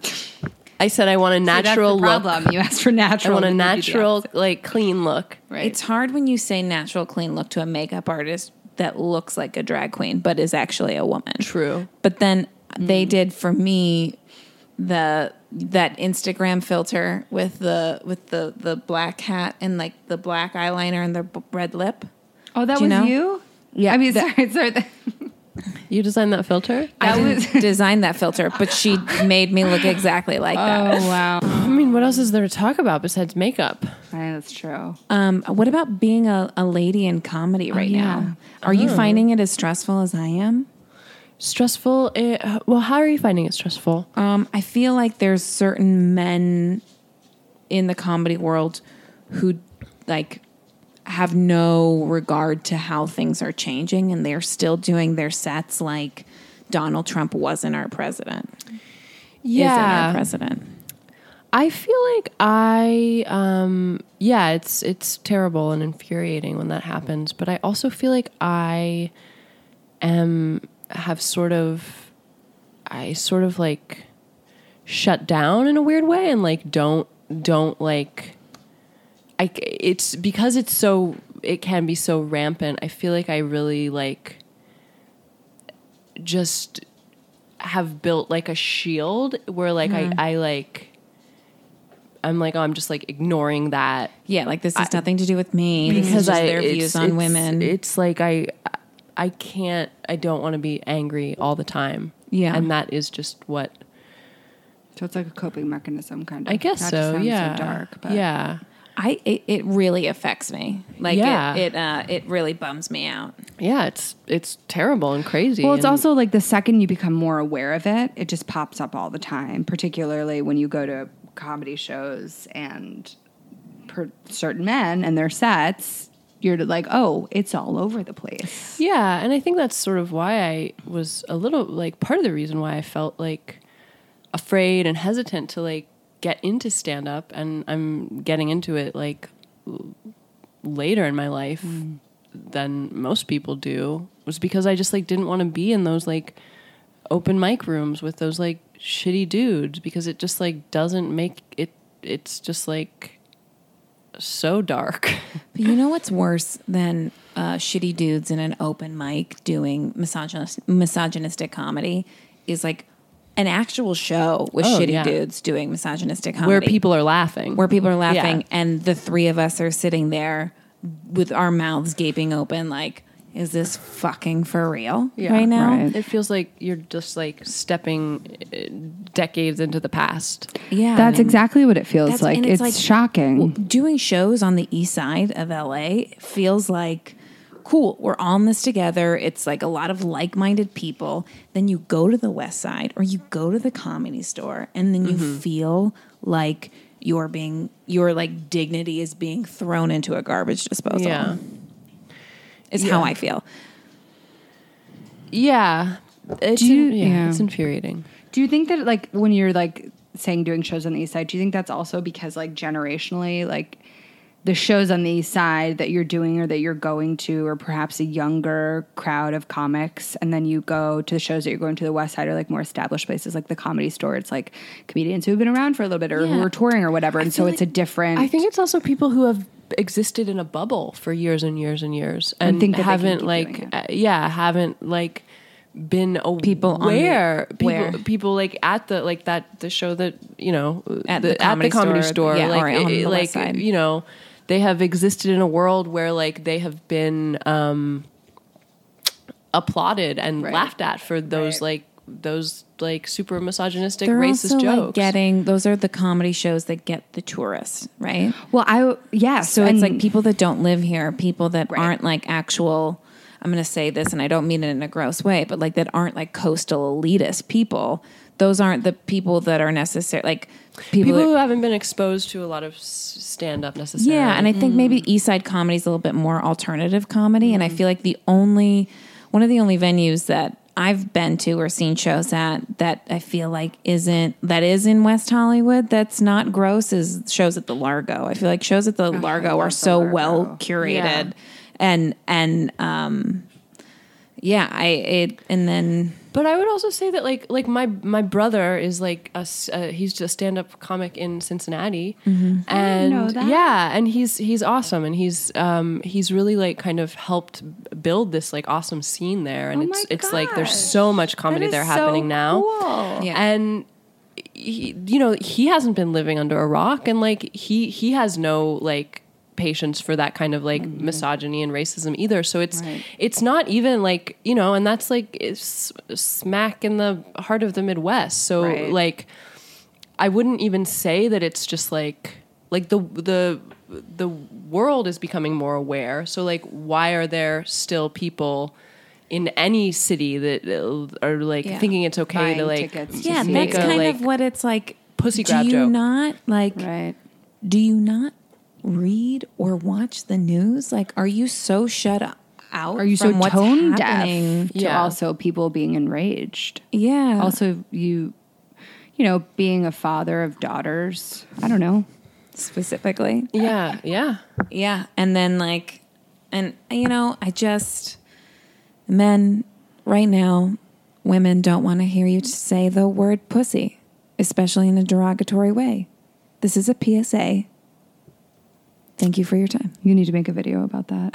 D: I said I want a
A: That's the
D: natural look.
A: problem. You asked for
D: I
A: natural.
D: want a
A: and you did the
D: natural, like clean look.
A: Right.
B: It's hard when you say natural clean look to a makeup artist that looks like a drag queen but is actually a woman.
D: True.
B: But then they did for me the that Instagram filter with the with the the black hat and like the black eyeliner and the b- red lip.
A: opposite. Oh, that
B: Do you
A: was
B: know?
A: you. Yeah. I mean, sorry, sorry. That,
D: You designed that filter?
A: that
B: I
A: was.
B: didn't design that filter, but she made me look exactly like that.
A: Oh wow.
D: I mean, what else is there to talk about besides makeup?
A: Yeah, that's true.
B: Um, what about being a, a lady in comedy right
A: yeah.
B: now? Are you finding it as stressful as I am?
D: Stressful. eh, well, how are you finding it stressful?
B: Um, I feel like there's certain men in the comedy world who like have no regard to how things are changing and they're still doing their sets like Donald Trump wasn't our president. Isn't our president.
D: I feel like I um yeah, it's it's terrible and infuriating when that happens, but I also feel like I am have sort of I sort of like shut down in a weird way and like don't don't like I c- it's because it's so it can be so rampant. I feel like I really like just have built like a shield where like I I like I'm like, oh, I'm just like ignoring that
B: Yeah, like this has nothing to do with me. This is just their
D: it's-
B: views on
D: it's-
B: women.
D: It's like I, I can't. I don't want to be angry all the time.
B: Yeah.
D: and that is just what
A: So it's like a coping mechanism, kind of.
D: I guess
A: Not to
D: so.
A: sound
D: yeah,
A: So dark, but
D: yeah,
B: I it, it really affects me. Like
D: Yeah.
B: it it, uh, it really bums me out.
D: yeah. It's it's terrible and crazy.
A: Well, it's
D: and-
A: also like the second you become more aware of it, it just pops up all the time, particularly when you go to comedy shows and per certain men and their sets, you're like, oh, it's all over the place.
D: Yeah, and I think that's sort of why I was a little like part of the reason why I felt like afraid and hesitant to like get into stand up and I'm getting into it
B: Mm.
D: like l- later in my life than most people do was because I just like didn't want to be in those like open mic rooms with those like shitty dudes because it just like doesn't make it it's just like so dark.
B: But you know what's worse than uh, shitty dudes in an open mic doing misogynist, misogynistic comedy is like an actual show with
D: Oh,
B: shitty
D: yeah.
B: dudes doing misogynistic comedy
D: Where people are laughing.
B: where people are laughing
D: Yeah.
B: and the three of us are sitting there with our mouths gaping open like is this fucking for real right now
A: Right.
D: It feels like you're just like stepping uh, decades into the past.
B: yeah
A: That's
B: and-
A: exactly what it feels
B: That's-
A: like.
B: and
A: It's,
B: it's like-
A: shocking.
B: doing shows on the east side of LA feels like cool. We're all in this together. It's like a lot of like-minded people. Then you go to the west side or you go to the comedy store and then you feel like you're being your like dignity is being thrown into a garbage disposal.
D: Yeah.
B: Is how I feel.
D: Yeah. It's
A: Do you-
D: in- yeah,
A: yeah.
D: it's infuriating.
A: Do you think that like when you're like saying doing shows on the east side, do you think that's also because like generationally, like the shows on the east side that you're doing or that you're going to, or perhaps a younger crowd of comics, and then you go to the shows that you're going to the west side or like more established places like the comedy store, it's like comedians who have been around for a little bit or who
B: Yeah.
A: are touring or whatever. And so
D: feel
A: it's a
D: like-
A: different
D: I think it's also people who have existed in a bubble for years and years and years and,
A: think that they can
D: haven't
A: keep
D: like
A: doing it.
D: uh, yeah, haven't like been aware
B: People on the-
D: people
B: where?
D: people like at the like that the show that you know
B: At the comedy store, yeah,
D: like
B: or on the
D: it-
B: West
D: like,
B: Side.
D: you know they have existed in a world where like they have been um applauded and laughed at for those like those like super misogynistic racist
B: also
D: jokes
B: like getting those are the comedy shows that get the tourists, right?
A: well, I yes.
B: So it's like
A: and-
B: people that don't live here, people that
A: Right.
B: aren't like actual. I'm going to say this, and I don't mean it in a gross way, but like that aren't like coastal elitist people. Those aren't the people that are necessary. Like people.
D: people who
B: that,
D: haven't been exposed to a lot of stand up necessarily.
B: yeah, and I think
D: Mm.
B: maybe East Side comedy is a little bit more alternative comedy, and I feel like the only one of the only venues that I've been to or seen shows at that I feel like isn't that is in West Hollywood that's not gross is shows at the Largo. I feel like shows
D: Oh,
B: at the Largo
A: love
B: are
A: the
B: so
A: Largo.
B: well curated and and um yeah i it and then
D: but I would also say that like like my my brother is like a s- uh, he's just stand up comic in Cincinnati, and
A: Mm-hmm. know that.
D: yeah, and he's he's awesome, and he's um he's really like kind of helped build this like awesome scene there, and
A: Oh
D: it's
A: my
D: it's like there's
A: gosh.
D: so much comedy
A: is
D: there
A: so
D: happening now,
A: cool.
B: Yeah.
D: and he, you know he hasn't been living under a rock and like he he has no like patience for that kind of like misogyny and racism either so it's
A: Right.
D: it's not even like you know and that's like it's smack in the heart of the midwest so
A: Right.
D: like i wouldn't even say that it's just like like the the the world is becoming more aware so like why are there still people in any city that uh, are like
B: Yeah.
D: thinking it's okay
A: Buying
D: to like
A: tickets to
B: yeah
A: see
D: make
B: that's
D: a,
B: kind
D: like,
B: of what it's like
D: pussy
B: do
D: grab
B: you
D: joke.
B: not like
A: right.
B: do you not read or watch the news like are you so shut up out
A: Are you
B: from
A: so
B: what's
A: tone
B: happening?
A: deaf to
D: Yeah.
A: also people being enraged?
B: yeah
A: also you you know being a father of daughters i don't know
B: specifically
D: yeah yeah
B: Yeah. And then, like, and you know, I just, men right now, women don't want to hear you say the word pussy, especially in a derogatory way. This is a PSA. Thank you for your time.
A: you need to make a video about that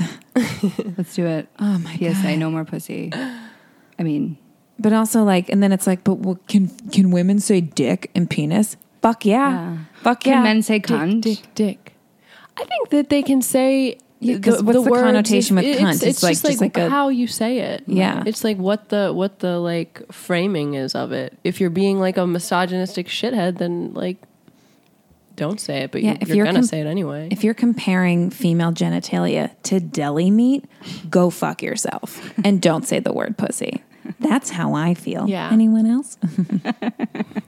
A: let's do it
B: Oh, my
A: psa
B: God.
A: no more pussy i mean
B: But also, like, and then it's like, but well, can can women say dick and penis? Fuck yeah.
A: Yeah.
B: Fuck
A: can
B: yeah.
A: men say cunt
D: Dick, dick. I think that they can say
B: Yeah, 'cause what's the
D: words
B: connotation with cunt?
D: It's, it's
B: It's like-
D: just like,
B: just like a-
D: how you say it.
B: Yeah.
D: it's like what the what the like framing is of it. If you're being like a misogynistic shithead, then like don't say it. But
B: Yeah,
D: you,
B: if
D: you're,
B: you're
D: gonna
B: com-
D: say it anyway.
B: If you're comparing female genitalia to deli meat, go fuck yourself and don't say the word pussy. That's how I feel.
D: Yeah.
B: Anyone else?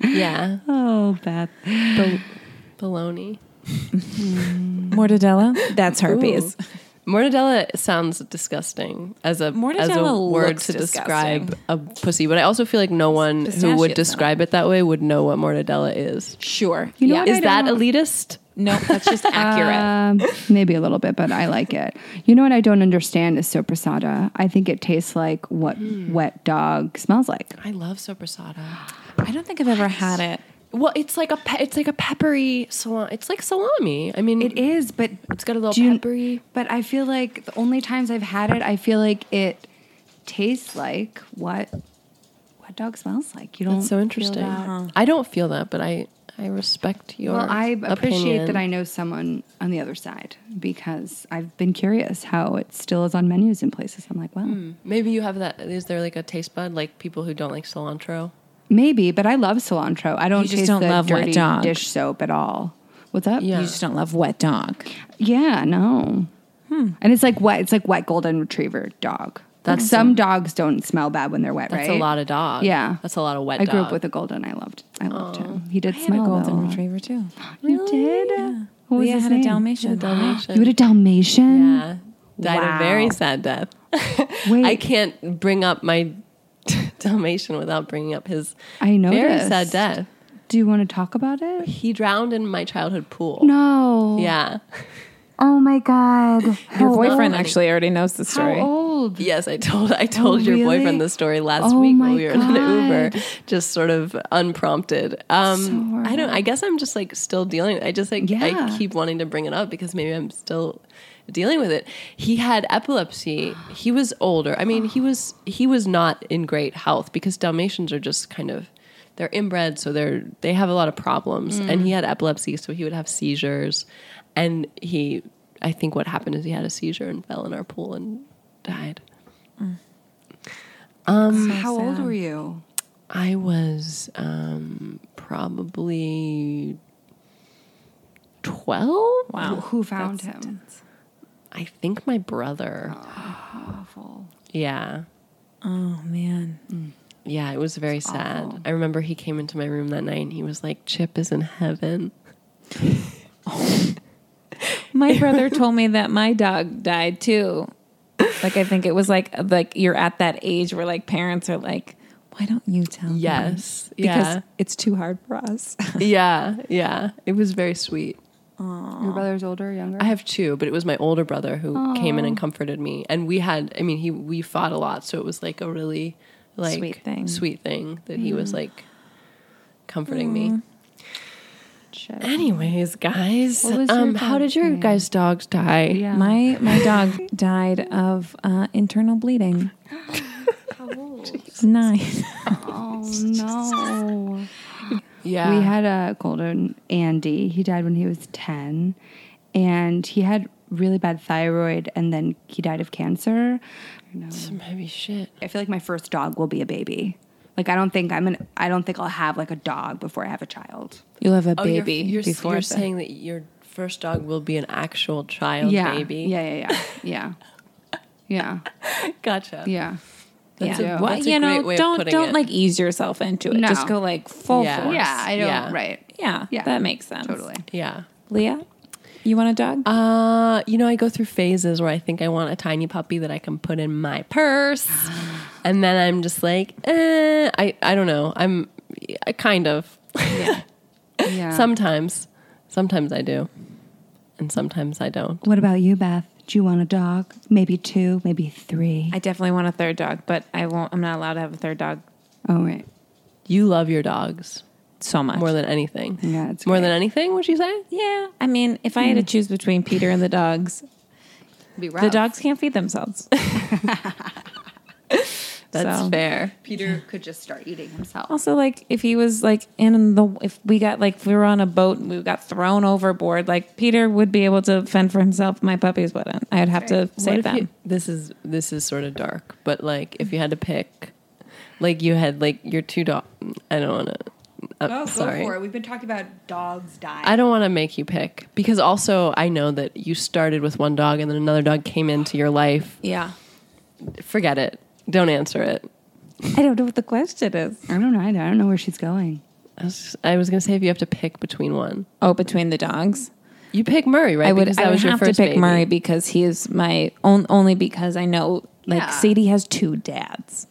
D: yeah,
A: oh beth
D: Bal- baloney.
B: Mortadella? That's herpes.
D: Ooh. Mortadella sounds disgusting as a as a
B: Mortadella
D: word
B: looks
D: to
B: disgusting.
D: describe a pussy, but I also feel like no one who
B: Pistachio,
D: would
B: though.
D: describe it that way would know what mortadella is.
B: Sure.
A: You know what
D: Is
A: I
D: that
A: don't-
D: elitist?
B: No, that's just accurate.
A: Um, maybe a little bit, but I like it. You know what I don't understand is soprasada. I think it tastes like what wet dog smells like.
D: I love sopressata.
B: I don't think I've ever had it.
D: Well, it's like a pe- it's like a peppery salami. It's like salami. I mean,
A: It is, but
D: It's got a little
A: do you-
D: peppery.
A: But I feel like the only times I've had it, I feel like it tastes like what wet dog smells like. You don't.
D: That's so
A: feel
D: interesting.
A: that.
D: I don't feel that, but I I respect your.
A: Well, I appreciate
D: opinion.
A: that I know someone on the other side because I've been curious how it still is on menus in places. I'm like, well,
D: Maybe you have that. Is there like a taste bud like people who don't like cilantro?
A: maybe, but I love cilantro. I don't
B: You just
A: taste
B: don't
A: the
B: love wet
A: dirty
B: dog.
A: dish soap at all. What's up?
D: Yeah.
B: You just don't love wet dog.
A: Yeah, no.
B: Hmm.
A: And it's like wet. It's like wet golden retriever dog. Like some dogs don't smell bad when they're wet,
D: That's
A: right?
D: a lot of dog.
A: Yeah,
D: that's a lot of wet.
A: I grew
D: dog.
A: up with a golden. I loved. I loved him. He did
B: Oh. I had a
A: smell
B: golden
A: though.
B: retriever too.
A: You did. What was
B: we
A: his
B: had
A: name?
B: a Dalmatian.
D: Dalmatian.
A: You had a Dalmatian.
D: Yeah. Died a very sad death.
A: Wait.
D: I can't bring up my Dalmatian without bringing up his
A: I noticed.
D: very sad death.
A: Do you want to talk about it?
D: He drowned in my childhood pool.
A: No.
D: Yeah.
A: Oh my god.
B: Your
A: How
B: boyfriend
A: old-
B: actually already knows the
A: How
B: story.
A: old?
D: Yes, I told I told your
A: Oh, really?
D: boyfriend the story last
A: Oh
D: week
A: my
D: when we were in an
A: God.
D: Uber, just sort of unprompted. Um, I don't. I guess I'm just like still dealing. I just like
A: Yeah.
D: I keep wanting to bring it up because maybe I'm still dealing with it. He had epilepsy. He was older. I mean, he was he was not in great health because Dalmatians are just kind of they're inbred, so they're they have a lot of problems. And
A: Mm.
D: he had epilepsy, so he would have seizures, and he. I think what happened is he had a seizure and fell in our pool and died.
A: How old were you?
D: I was um, probably 12.
A: Who- Who found him?
D: I think my brother.
A: Awful.
D: Yeah.
B: Oh man.
D: Yeah, it was very sad. I remember he came into my room that night and he was like, Chip is in heaven.
B: My brother told me that my dog died too. Like I think it was like like you're at that age where like parents are like, why don't you tell? them?"
D: Yes.
B: because
D: Yeah.
B: it's too hard for us.
D: yeah. Yeah. It was very sweet.
A: Your brother's older, or younger.
D: I have two, but it was my older brother who came in and comforted me. And we had, I mean, he we fought a lot, so it was like a really like
B: Sweet thing.
D: sweet thing that he
A: Mm.
D: was like comforting me.
A: Shit.
D: Anyways, guys,
A: What was your
D: um, how did your guys' dogs die?
A: Yeah.
B: My my dog died of uh, internal bleeding. Nine.
A: Oh no.
D: yeah.
A: We had a golden Andy. He died when he was 10. And he had really bad thyroid, and then he died of cancer. I know.
D: some heavy shit.
A: I feel like my first dog will be a baby. Like I don't think I'm an I don't think I'll have like a dog before I have a child.
B: You'll have a
D: Oh,
B: baby
D: you're, you're,
B: before
D: you're
B: the-
D: saying that your first dog will be an actual child
A: yeah.
D: baby.
A: Yeah, yeah, yeah. Yeah. Yeah.
D: gotcha.
A: yeah.
D: That's
A: yeah.
D: a-
B: Well,
D: that's a
B: you know,
D: great way of
B: don't
D: putting
B: don't
D: it.
B: like ease yourself into it.
A: No.
B: Just go like full
D: Yeah.
B: force.
A: yeah, I don't
D: Yeah.
A: right.
B: yeah,
A: Yeah.
B: That makes sense.
A: Totally.
D: Yeah.
B: Leah, you want a dog?
D: Uh, you know, I go through phases where I think I want a tiny puppy that I can put in my purse, and then I'm just like, eh, I, I don't know. I'm I kind of
A: Yeah.
D: sometimes, sometimes I do, and sometimes I don't.
A: what about you, Beth? Do you want a dog? Maybe two, maybe three.
B: I definitely want a third dog, but I won't. I'm not allowed to have a third dog
A: oh right.
D: You love your dogs
B: so much.
D: more than anything.
A: Yeah, it's
D: more
A: great.
D: than anything. Would you say?
B: yeah, I mean, if I had
D: Hmm.
B: to choose between Peter and the dogs,
D: Be
B: the dogs can't feed themselves.
D: That's
B: so.
D: fair.
A: Peter could just start eating himself.
B: Also, like if he was like in the if we got like if we were on a boat and we got thrown overboard, like Peter would be able to fend for himself. My puppies wouldn't. I would have to
D: What
B: save
D: if
B: them.
D: you- this is this is sort of dark, but like if you had to pick, like you had like your two dogs. I don't want to. I'm
A: Oh,
D: sorry.
A: go for it. We've been talking about dogs dying.
D: I don't want to make you pick because also I know that you started with one dog and then another dog came into your life.
B: yeah,
D: Forget it. Don't answer it.
B: I don't know what the question is.
A: I don't know either. I don't know where she's going.
D: I was, I was going to say if you have to pick between one.
B: Oh, between the dogs.
D: You pick Murray, right?
B: I would.
D: Because
B: I
D: that
B: would
D: was your
B: have to
D: first
B: pick
D: baby.
B: Murray because he is my on, only because I know like
A: Yeah.
B: Sadie has two dads.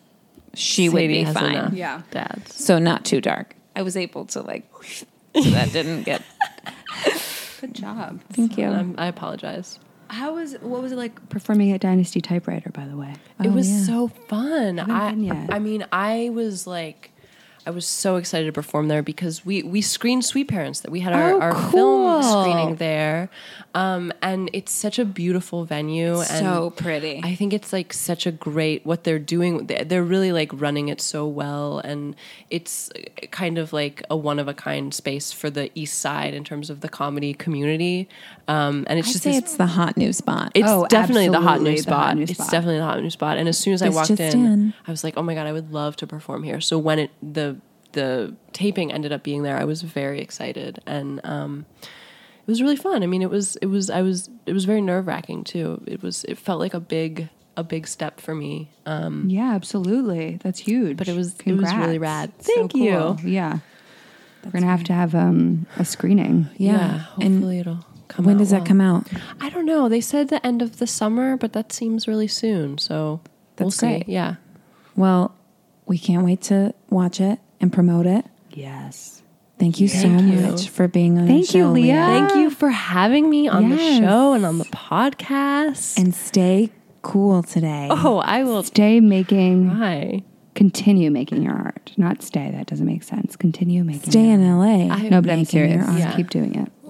B: She would
D: Sadie
B: be
D: has
B: fine.
D: enough
A: Yeah.
D: Dads.
B: So not too dark. I was able to like. that didn't get.
A: Good job.
B: Thank you.
D: I'm, Um, I apologize.
A: How was what was it like performing at Dynasty Typewriter? By the way,
D: it
B: Oh,
D: was so fun. I,
A: been yet.
D: I mean, I was like, I was so excited to perform there because we we screened Sweet Parents. That we had our,
A: Oh,
D: our
A: cool.
D: film screening there, um, and it's such a beautiful venue. and
B: so pretty.
D: I think it's like such a great what they're doing. they- They're really like running it so well, and it's uh, kind of like a one of a kind space for the East Side in terms of the comedy community. Um, and it's
B: I'd
D: just
B: say
D: this
B: it's the hot new spot.
D: it's
A: Oh,
D: definitely the hot
A: absolutely
D: new
A: the hot
D: spot.
A: new
D: It's
A: spot.
D: definitely the hot new spot. And as soon as I
B: It's
D: walked
B: just
D: in,
B: in.
D: I was like, "Oh my god, I would love to perform here." So when it the the taping ended up being there, I was very excited, and um, it was really fun. I mean, it was it was I was it was very nerve wracking too. It was it felt like a big a big step for me, um,
A: yeah, absolutely. That's huge.
D: but it was
A: Congrats.
D: it was really rad.
A: So
D: Thank
A: cool.
D: you.
A: Yeah, we're gonna have to have um, a screening.
D: Yeah,
B: And
D: hopefully it'll come.
B: when
D: out
B: does that
D: well.
B: come out?
D: I don't know. They said the end of the summer, but that seems really soon. So we'll
B: That's
D: see.
B: great.
D: Yeah.
B: Well, we can't wait to watch it and promote it.
A: Yes.
B: Thank you so much for being on
A: Thank
B: the
A: you,
B: show,
A: Leah.
D: Thank you for having me on
A: Yes.
D: the show and on the podcast.
B: And stay cool today.
D: oh, I will
A: Stay making,
D: try.
A: continue making your art. Not stay. That doesn't make sense. Continue making.
B: Stay
A: your
B: in LA.
A: art. No, but I'm
B: Making your
A: serious.
B: art.
A: Keep doing it.